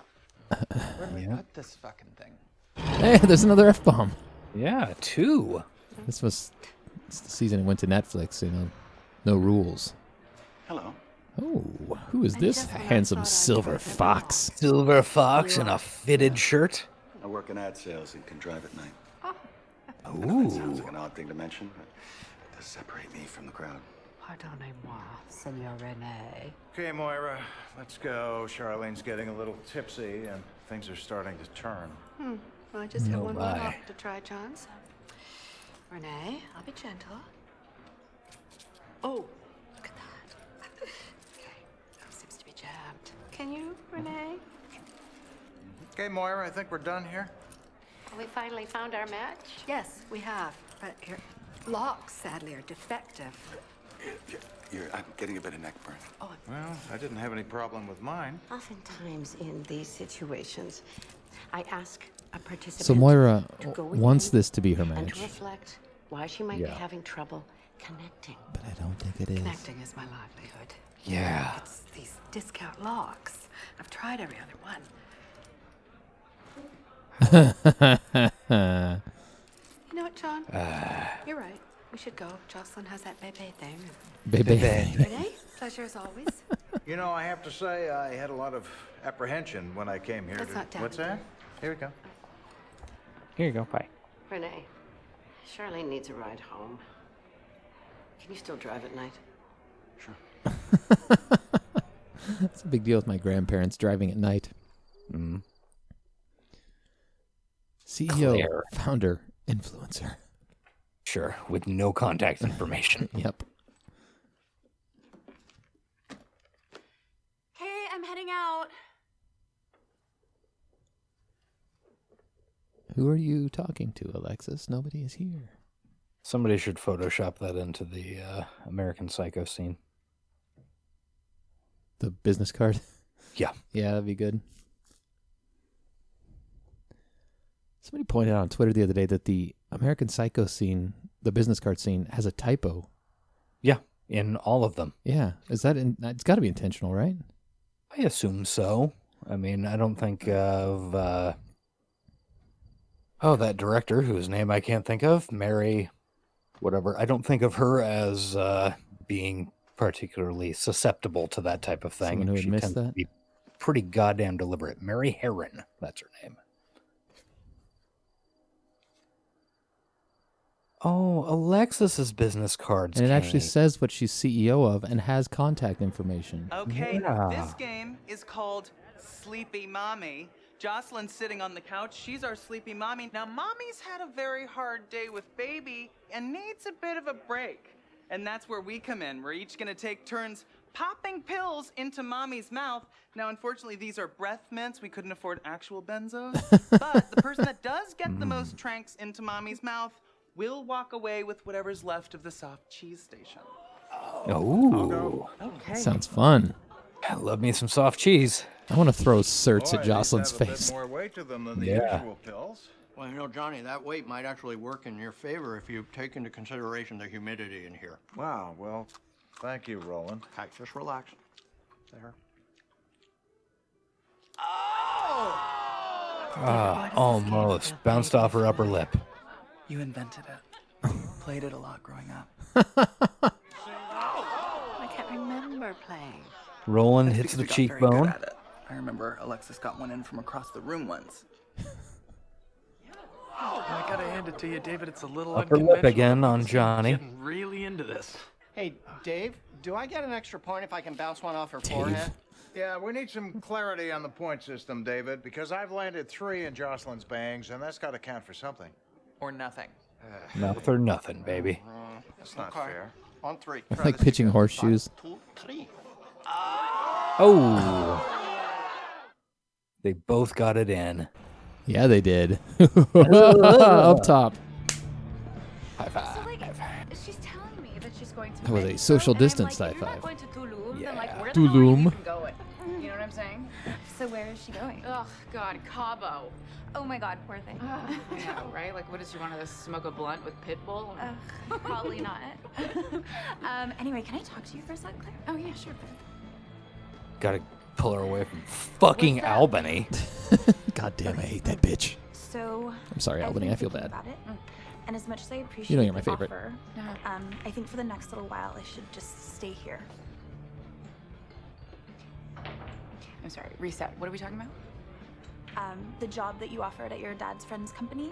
S5: Where do
S3: Yeah.
S5: I put this fucking thing?
S3: Hey, there's another F bomb.
S2: Yeah, two.
S3: This was it's the season it went to Netflix, you know. No rules.
S15: Hello.
S3: Oh, who is this handsome silver fox?
S2: Silver fox in a fitted shirt.
S16: I work in ad sales and can drive at night.
S2: Ooh.
S16: Sounds like an odd thing to mention, but it does separate me from the crowd.
S11: Pardonnez-moi, Senor Rene.
S10: Okay, Moira, let's go. Charlene's getting a little tipsy, and things are starting to turn.
S14: Hmm. Well, I just have
S10: No
S14: one more
S10: lie.
S14: hop to try, John. So, Renee, I'll be gentle. Oh, look at that. okay, that seems to be jammed. Can you, Renee?
S10: Okay, Moira, I think we're done here.
S14: We finally found our match.
S6: Yes, we have, but your locks sadly are defective.
S16: You're, I'm getting a bit of neck burn.
S10: Well, I didn't have any problem with mine.
S11: Oftentimes in these situations, I ask a participant
S3: So Moira
S11: to go with
S3: wants
S11: me
S3: this to be her
S11: and
S3: match.
S11: to reflect why she might
S3: Yeah.
S11: be having trouble connecting.
S3: But I don't think it is.
S14: Connecting is my livelihood.
S3: Yeah.
S14: It's these discount locks. I've tried every other one. You know what, John?
S3: Ah.
S14: You're right. We should go. Jocelyn has that bebe thing.
S3: Bebe.
S14: Renee, pleasure as always.
S10: You know, I have to say, I had a lot of apprehension when I came here.
S14: That's
S10: to-
S14: not down
S10: What's
S14: to
S10: that? Here we go.
S3: Here you go. Bye.
S11: Renee, Charlene needs a ride home. Can you still drive at night? Sure.
S3: That's a big deal with my grandparents driving at night. Mm. CEO,
S2: Claire.
S3: E founder, influencer.
S2: Sure, with no contact information.
S3: yep.
S8: I'm heading out.
S3: Who are you talking to, Alexis? Nobody is here.
S2: Somebody should Photoshop that into the uh, American Psycho scene.
S3: The business card?
S2: Yeah.
S3: Yeah, that'd be good. Somebody pointed out on Twitter the other day that the American Psycho scene, the business card scene, has a typo.
S2: Yeah, in all of them.
S3: Yeah, is that in, it's got to be intentional, right?
S2: I assume so. I mean, I don't think of uh, oh that director whose name I can't think of, Mary, whatever. I don't think of her as uh, being particularly susceptible to that type of thing.
S3: Someone who would
S2: She
S3: miss
S2: tends to
S3: that?
S2: be pretty goddamn deliberate. Mary Herron, that's her name. Oh, Alexis's business cards.
S3: And it actually
S2: came.
S3: says what she's CEO of and has contact information.
S5: Okay,
S3: Yeah.
S5: this game is called Sleepy Mommy. Jocelyn's sitting on the couch. She's our sleepy mommy. Now, mommy's had a very hard day with baby and needs a bit of a break. And that's where we come in. We're each going to take turns popping pills into mommy's mouth. Now, unfortunately, these are breath mints. We couldn't afford actual benzos. but the person that does get the most tranks into mommy's mouth will walk away with whatever's left of the soft cheese station.
S2: Oh,
S5: Okay.
S3: Sounds fun.
S2: I love me some soft cheese.
S3: I want to throw certs
S10: Boy,
S3: at
S10: these
S3: Jocelyn's
S10: have a bit
S3: face.
S10: more weight to them than the
S3: Yeah.
S10: usual pills.
S15: Well, you know, Johnny, that weight might actually work in your favor if you take into consideration the humidity in here.
S10: Wow, well, thank you, Roland.
S15: Okay, just relax. There.
S2: Ah, almost bounced off her upper lip.
S5: You invented it. You played it a lot growing up.
S11: I can't remember playing.
S2: Roland
S5: That's
S2: hits
S5: because
S2: the
S5: we got very good
S2: cheekbone.
S5: at it. I remember Alexis got one in from across the room once.
S12: I gotta hand it to you, David. It's a little
S2: Upper lip
S12: unconventional.
S2: again on Johnny.
S12: Getting really into this.
S15: Hey, Dave, do I get an extra point if I can bounce one off her
S10: Dave.
S15: forehead?
S10: Yeah, we need some clarity on the point system, David, because I've landed three in Jocelyn's bangs, and that's got to count for something.
S5: Or nothing.
S2: Mouth or nothing, baby.
S10: That's not fair.
S15: On three.
S3: That's like pitching horseshoes.
S2: Oh. They both got it in.
S3: Yeah, they did. Up top. High
S9: So
S3: five.
S9: like, she's telling me that she's going to.
S3: That was a
S9: Mexico,
S3: social
S9: and I'm
S3: distance
S9: like,
S3: high
S9: if you're
S3: five.
S9: not Going to Tulum, then like,
S3: Yeah.
S9: where the hell are you
S3: Tulum.
S9: even going? You know what I'm saying?
S8: So where is she going?
S9: Oh God, Cabo.
S8: Oh my God, poor thing.
S9: I know, right? Like, what does she want to smoke a blunt with Pitbull?
S8: Probably not. um, anyway, can I talk to you for a sec, Claire?
S9: Oh yeah, sure.
S2: Gotta pull her away from fucking Albany.
S3: God damn, I hate that bitch.
S8: So.
S3: I'm sorry,
S8: I've
S3: Albany,
S8: been
S3: I feel
S8: thinking
S3: bad.
S8: About it.
S9: Mm.
S8: And as much as I appreciate
S3: you're my
S8: the
S3: favorite.
S8: offer, um, I think for the next little while I should just stay here.
S9: I'm sorry. Reset. What are we talking about?
S8: Um, the job that you offered at your dad's friend's company,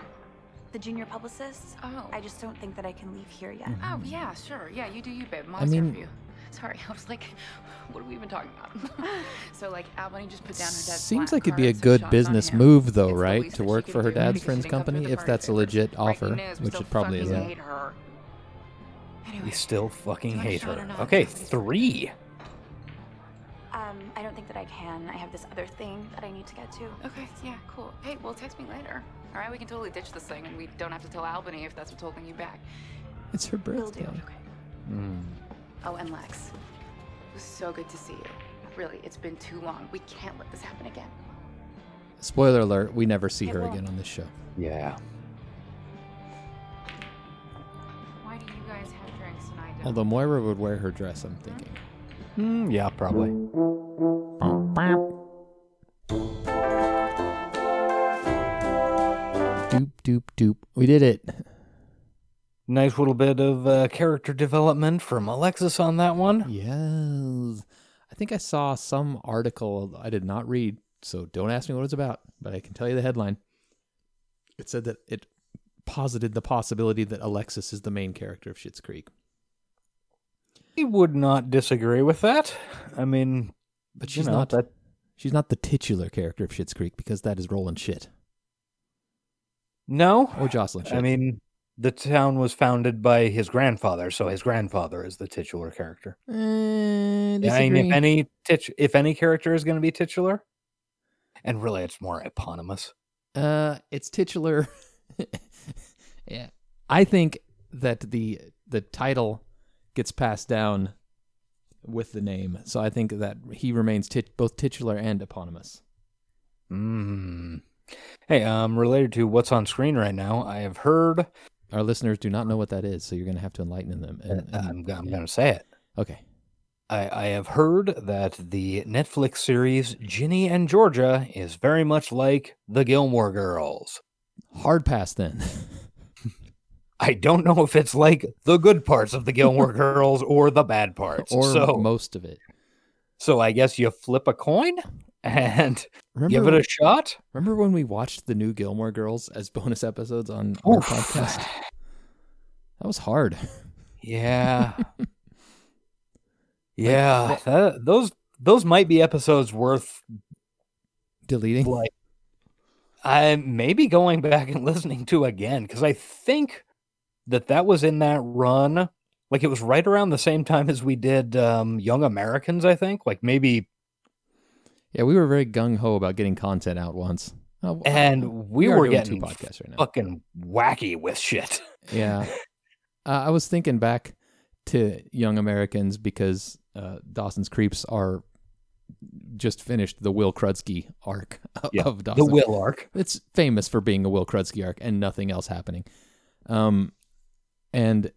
S8: the junior publicist. Oh. I just don't think that I can leave here yet.
S3: Mm-hmm.
S9: Oh yeah, sure. Yeah, you do you, babe. Mom's
S3: I
S9: here
S3: mean,
S9: for you. Sorry, I was like, what are we even talking about? so like, Albany just put down her dad's.
S3: Seems
S9: black
S3: like it'd
S9: card,
S3: be a
S9: some
S3: good
S9: shots on
S3: business
S9: him.
S3: move, though,
S9: It's the
S3: right?
S9: least
S3: To
S9: that
S3: work
S9: she
S3: for
S9: could
S3: her
S9: do because
S3: dad's
S9: she
S3: friend's
S9: didn't come through
S3: company,
S9: the
S3: if
S9: party
S3: that's a
S9: papers.
S3: legit offer,
S9: Breaking news, we
S3: which
S9: still
S3: it probably
S9: fucking
S3: isn't.
S9: Hate her.
S2: We still fucking hate her. Okay, three.
S8: Um, I don't think that I can. I have this other thing that I need to get to.
S9: Okay, yeah, cool. Hey, well, text me later. All right, we can totally ditch this thing, and we don't have to tell Albany if that's what's holding you back.
S3: It's her
S9: Will do.
S3: birthday.
S2: Hmm.
S9: Oh, and Lex, it was so good to see you. Really, it's been too long. We can't let this happen again.
S3: Spoiler alert, we never see her
S9: won't.
S3: again on this show.
S2: Yeah.
S9: Why do you guys have drinks and I don't?
S3: Although Moira would wear her dress, I'm thinking.
S2: Mm, yeah, probably.
S3: Doop, doop, doop. We did it.
S2: Nice little bit of uh, character development from Alexis on that one.
S3: Yes. I think I saw some article I did not read, so don't ask me what it's about, but I can tell you the headline. It said that it posited the possibility that Alexis is the main character of Schitt's Creek.
S2: I would not disagree with that. I mean,
S3: But
S2: you
S3: she's
S2: know,
S3: not
S2: That,
S3: she's not the titular character of Schitt's Creek because that is Roland Shit.
S2: no.
S3: Or Jocelyn Shit.
S2: I mean, the town was founded by his grandfather, so his grandfather is the titular character.
S3: Eh,
S2: Yeah, I mean, if any tit- if any character is going to be titular, and really it's more eponymous.
S3: Uh, it's titular. yeah, I think that the the title gets passed down with the name, so I think that he remains tit- both titular and eponymous.
S2: Mm. Hey, um, related to what's on screen right now, I have heard. uh,
S3: Our listeners do not know what that is, so you're going to have to enlighten them. And, and-
S2: Uh, I'm, I'm going to say it.
S3: Okay.
S2: I, I have heard that the Netflix series Ginny and Georgia is very much like the Gilmore Girls.
S3: Hard pass then.
S2: I don't know if it's like the good parts of the Gilmore Girls or the bad parts.
S3: or
S2: so,
S3: most of it.
S2: so I guess you flip a coin and give
S3: Remember-
S2: it a shot.
S3: Remember when we watched the new Gilmore Girls as bonus episodes on our
S2: Oof.
S3: podcast? That was hard.
S2: Yeah. yeah. that- those those might be episodes worth
S3: deleting.
S2: Like I maybe going back and listening to again cuz I think that that was in that run like it was right around the same time as we did um Young Americans I think like maybe
S3: Yeah, we were very gung ho about getting content out once. Oh,
S2: and we,
S3: are
S2: were
S3: doing two
S2: getting
S3: podcasts right now.
S2: fucking wacky with shit.
S3: Yeah. Uh, I was thinking back to Young Americans because uh, Dawson's Creeps are just finished the Will Krudsky arc of
S2: Yeah, the
S3: Dawson.
S2: Will arc.
S3: It's famous for being a Will Krudsky arc and nothing else happening. Um, and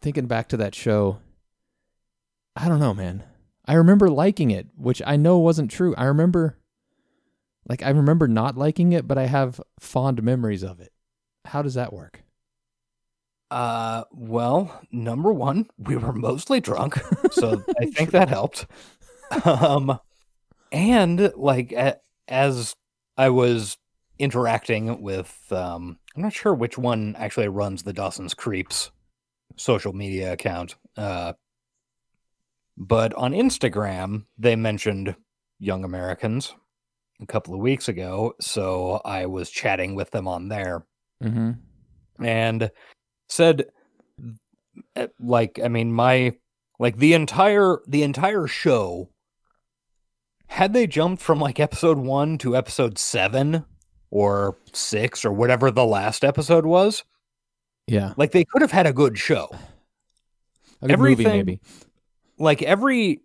S3: thinking back to that show, I don't know, man. I remember liking it, which I know wasn't true. I remember, like, I remember not liking it, but I have fond memories of it. How does that work?
S2: Uh, well, number one, we were mostly drunk, so I think that helped. Um, and like a- as I was interacting with, um, I'm not sure which one actually runs the Dawson's Creeps social media account. Uh, but on Instagram, they mentioned Young Americans a couple of weeks ago, so I was chatting with them on there
S3: Mm-hmm.
S2: and said uh, like i mean my like the entire the entire show had they jumped from like episode 1 to episode 7 or 6 or whatever the last episode was
S3: Yeah.
S2: like they could have had a good show
S3: A good
S2: Everything-
S3: movie, maybe.
S2: like every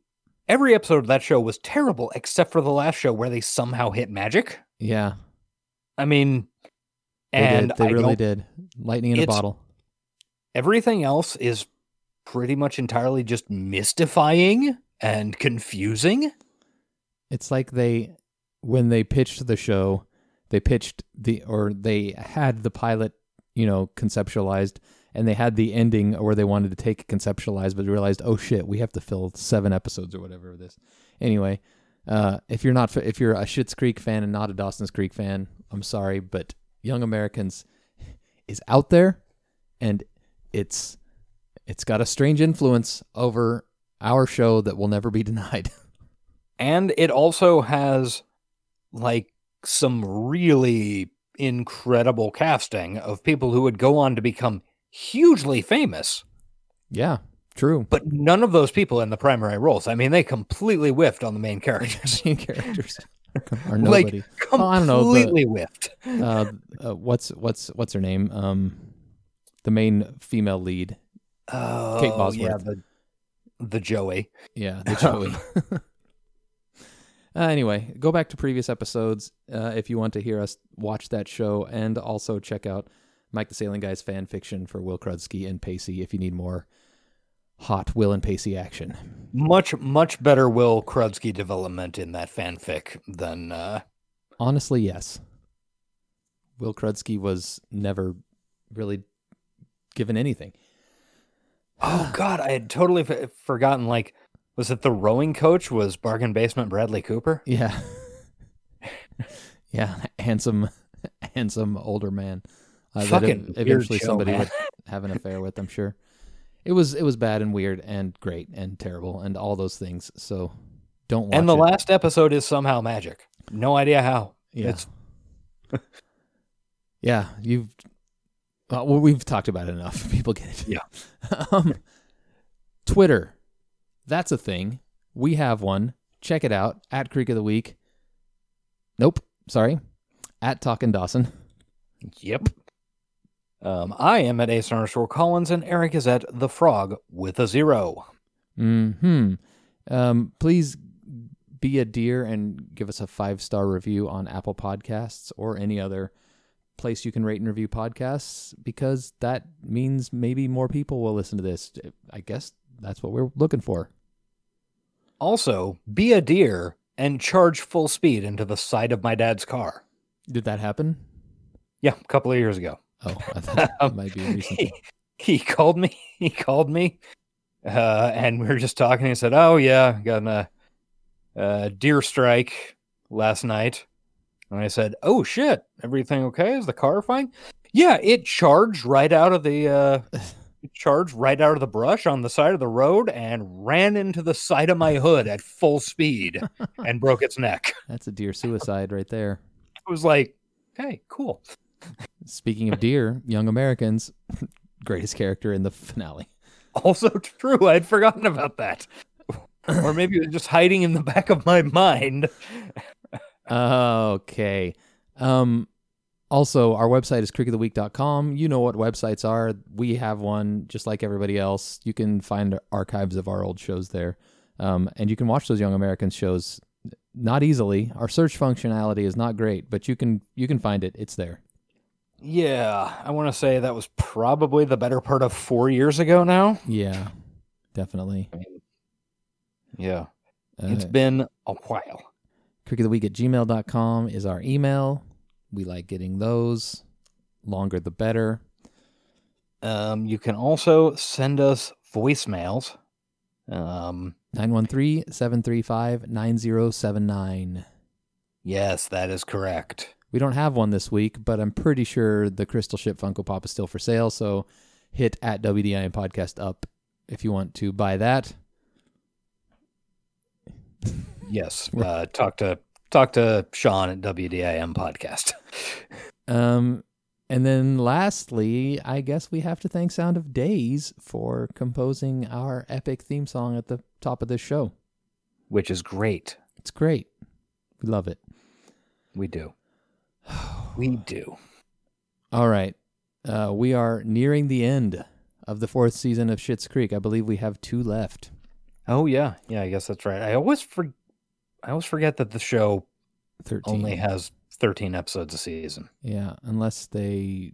S2: every episode of that show was terrible except for the last show where they somehow hit magic
S3: Yeah.
S2: i mean
S3: They
S2: and
S3: did. They
S2: I
S3: really
S2: don't-
S3: did. Lightning in a
S2: It's-
S3: bottle.
S2: everything else is pretty much entirely just mystifying and confusing.
S3: It's like they, when they pitched the show, they pitched the, or they had the pilot, you know, conceptualized and they had the ending where they wanted to take it conceptualized, but realized, oh shit, we have to fill seven episodes or whatever of this. Anyway, uh, if you're not, if you're a Schitt's Creek fan and not a Dawson's Creek fan, I'm sorry, but Young Americans is out there and it's, it's got a strange influence over our show that will never be denied.
S2: And it also has like some really incredible casting of people who would go on to become hugely famous,
S3: Yeah, true.
S2: but none of those people in the primary roles. I mean, they completely whiffed on the main characters.
S3: main characters are
S2: like
S3: nobody.
S2: completely
S3: Oh, I don't know. the-
S2: whiffed.
S3: uh, uh, what's what's what's her name? Um, the main female lead,
S2: Oh,
S3: Kate Bosworth.
S2: Yeah, the, the Joey.
S3: Yeah, the Joey. uh, anyway, go back to previous episodes uh, if you want to hear us watch that show, and also check out Mike the Sailing Guy's fan fiction for Will Krudsky and Pacey if you need more hot Will and Pacey action.
S2: Much, much better Will Krudsky development in that fanfic than uh,
S3: Honestly, yes. Will Krudsky was never really given anything.
S2: Oh God, I had totally f- forgotten. Like, was it the rowing coach was bargain basement Bradley Cooper?
S3: Yeah. yeah, handsome, handsome older man. Uh, that
S2: Fucking
S3: ev-
S2: weird
S3: eventually
S2: show,
S3: somebody
S2: man.
S3: would have an affair with. I'm sure. It was it was bad and weird and great and terrible and all those things. So don't watch
S2: and the
S3: it.
S2: last episode is somehow magic. No idea how.
S3: Yeah.
S2: It's
S3: yeah, you've Uh, well, we've talked about it enough. People get it. Yeah. um, Twitter. That's a thing. We have one. Check it out at Creek of the Week. Nope. Sorry. At Talkin' Dawson.
S2: Yep. Um, I am at Ace underscore Collins, and Eric is at the Frog with a zero.
S3: Hmm. Um, please be a dear and give us a five star review on Apple Podcasts or any other place you can rate and review podcasts because that means maybe more people will listen to this. I guess that's what we're looking for.
S2: Also, be a deer and charge full speed into the side of my dad's car.
S3: Did that happen?
S2: Yeah, a couple of years ago.
S3: Oh, I thought that might be a recent.
S2: He, he called me. He called me, uh, and we were just talking. He said, "Oh yeah, got a uh, deer strike last night." And I said, "Oh shit, everything okay? Is the car fine?" Yeah, it charged right out of the uh, it charged right out of the brush on the side of the road and ran into the side of my hood at full speed and broke its neck.
S3: That's a deer suicide right there.
S2: I was like, "Hey, cool."
S3: Speaking of deer, Young Americans, greatest character in the finale.
S2: Also true. I'd forgotten about that. or maybe it was just hiding in the back of my mind.
S3: okay. Um, also, our website is creekoftheweek.com. You know what websites are. We have one just like everybody else. You can find archives of our old shows there. Um, and you can watch those Young Americans shows not easily. Our search functionality is not great, but you can you can find it. It's there.
S2: Yeah, I want to say that was probably the better part of 4 years ago now.
S3: Yeah. Definitely.
S2: Yeah. Uh, it's been a while
S3: creek of the week at gmail.com is our email we like getting those longer the better
S2: um, you can also send us voicemails um,
S3: 913-735-9079
S2: yes that is correct
S3: we don't have one this week but i'm pretty sure the crystal ship funko pop is still for sale so hit at wdi podcast up if you want to buy that
S2: Yes. Uh, talk to talk to Sean at WDIM podcast.
S3: um, and then lastly, I guess we have to thank Sound of Days for composing our epic theme song at the top of this show,
S2: which is great.
S3: It's great. We love it.
S2: We do. we do.
S3: All right. Uh, we are nearing the end of the fourth season of Schitt's Creek. I believe we have two left.
S2: Oh yeah, yeah. I guess that's right. I always forget. I always forget that the show 13. only has 13 episodes a season.
S3: Yeah, unless they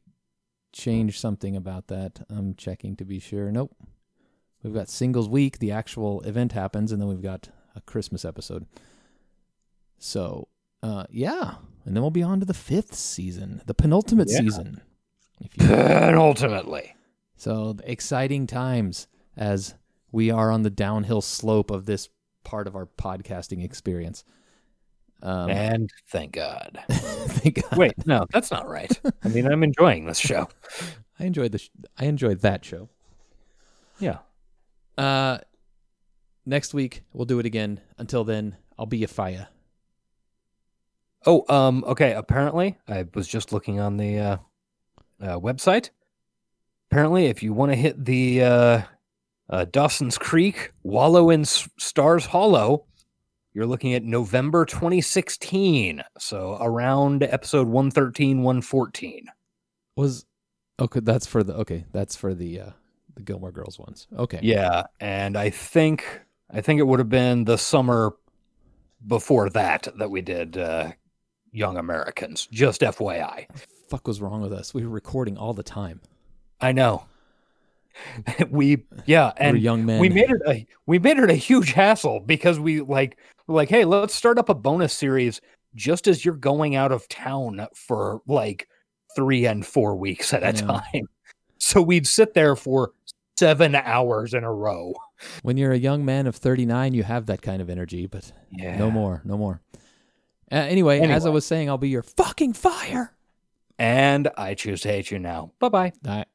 S3: change something about that. I'm checking to be sure. Nope. We've got singles week, the actual event happens, and then we've got a Christmas episode. So, uh, yeah. And then we'll be on to the fifth season, the penultimate yeah. season.
S2: If you penultimately.
S3: So, exciting times as we are on the downhill slope of this part of our podcasting experience.
S2: Um, and thank God.
S3: thank God.
S2: Wait, no, that's not right. I mean, I'm enjoying this show.
S3: I enjoyed the. Sh- I enjoyed that show.
S2: Yeah.
S3: Uh, next week we'll do it again. Until then, I'll be a fire.
S2: Oh, um, okay. Apparently, I was just looking on the uh, uh website. Apparently, if you want to hit the uh, uh, Dawson's Creek, Wallow in S- Stars Hollow. You're looking at November 2016. So around episode 113, 114.
S3: Was okay, that's for the okay, that's for the uh the Gilmore Girls ones. Okay.
S2: Yeah, and I think I think it would have been the summer before that that we did uh Young Americans. Just FYI.
S3: fuck was wrong with us? We were recording all the time.
S2: I know we yeah and
S3: We're young men.
S2: we made it a we made it a huge hassle because we like like hey let's start up a bonus series just as you're going out of town for like three and four weeks at a time so we'd sit there for seven hours in a row
S3: when you're a young man of 39 you have that kind of energy but yeah. no more no more uh, anyway, anyway as i was saying i'll be your fucking fire
S2: and i choose to hate you now bye-bye
S3: All right.